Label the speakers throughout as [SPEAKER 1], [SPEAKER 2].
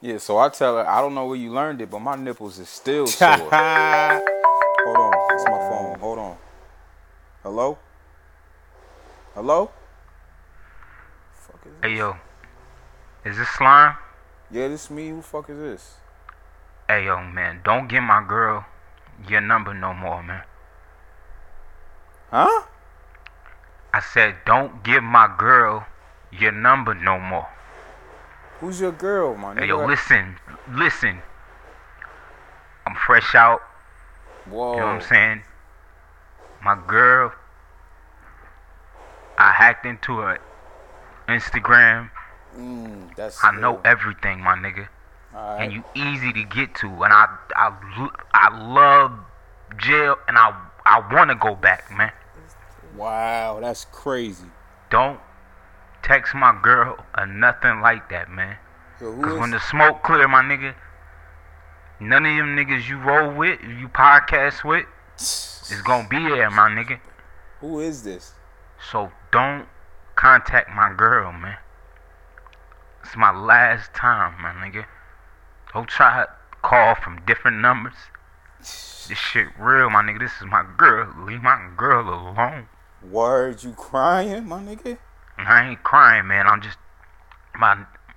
[SPEAKER 1] Yeah, so I tell her, I don't know where you learned it, but my nipples is still sore. Hold on, it's my phone. Hold on. Hello? Hello? Fuck is
[SPEAKER 2] Hey yo, is this slime?
[SPEAKER 1] Yeah, this me. Who fuck is this?
[SPEAKER 2] Hey yo, man, don't give my girl your number no more, man.
[SPEAKER 1] Huh?
[SPEAKER 2] I said, don't give my girl your number no more.
[SPEAKER 1] Who's your girl, my nigga?
[SPEAKER 2] Hey yo, listen, listen. I'm fresh out.
[SPEAKER 1] Whoa. Oh.
[SPEAKER 2] You know what I'm saying? My girl, I hacked into her Instagram.
[SPEAKER 1] Mm, that's
[SPEAKER 2] I know
[SPEAKER 1] ill.
[SPEAKER 2] everything, my nigga.
[SPEAKER 1] All right.
[SPEAKER 2] and you easy to get to. And I I, lo- I love jail, and I I want to go back, man.
[SPEAKER 1] Wow, that's crazy.
[SPEAKER 2] Don't text my girl or nothing like that, man.
[SPEAKER 1] Yo, who
[SPEAKER 2] Cause
[SPEAKER 1] is-
[SPEAKER 2] when the smoke clear, my nigga, none of them niggas you roll with, you podcast with, is gonna be there, my nigga.
[SPEAKER 1] Who is this?
[SPEAKER 2] So don't contact my girl, man. It's my last time, my nigga. Don't try to call from different numbers. This shit real, my nigga. This is my girl. Leave my girl alone.
[SPEAKER 1] Word, you crying, my nigga?
[SPEAKER 2] And I ain't crying, man. I'm just my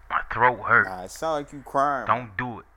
[SPEAKER 2] my throat hurt.
[SPEAKER 1] Nah, it sound like you crying.
[SPEAKER 2] Don't do it.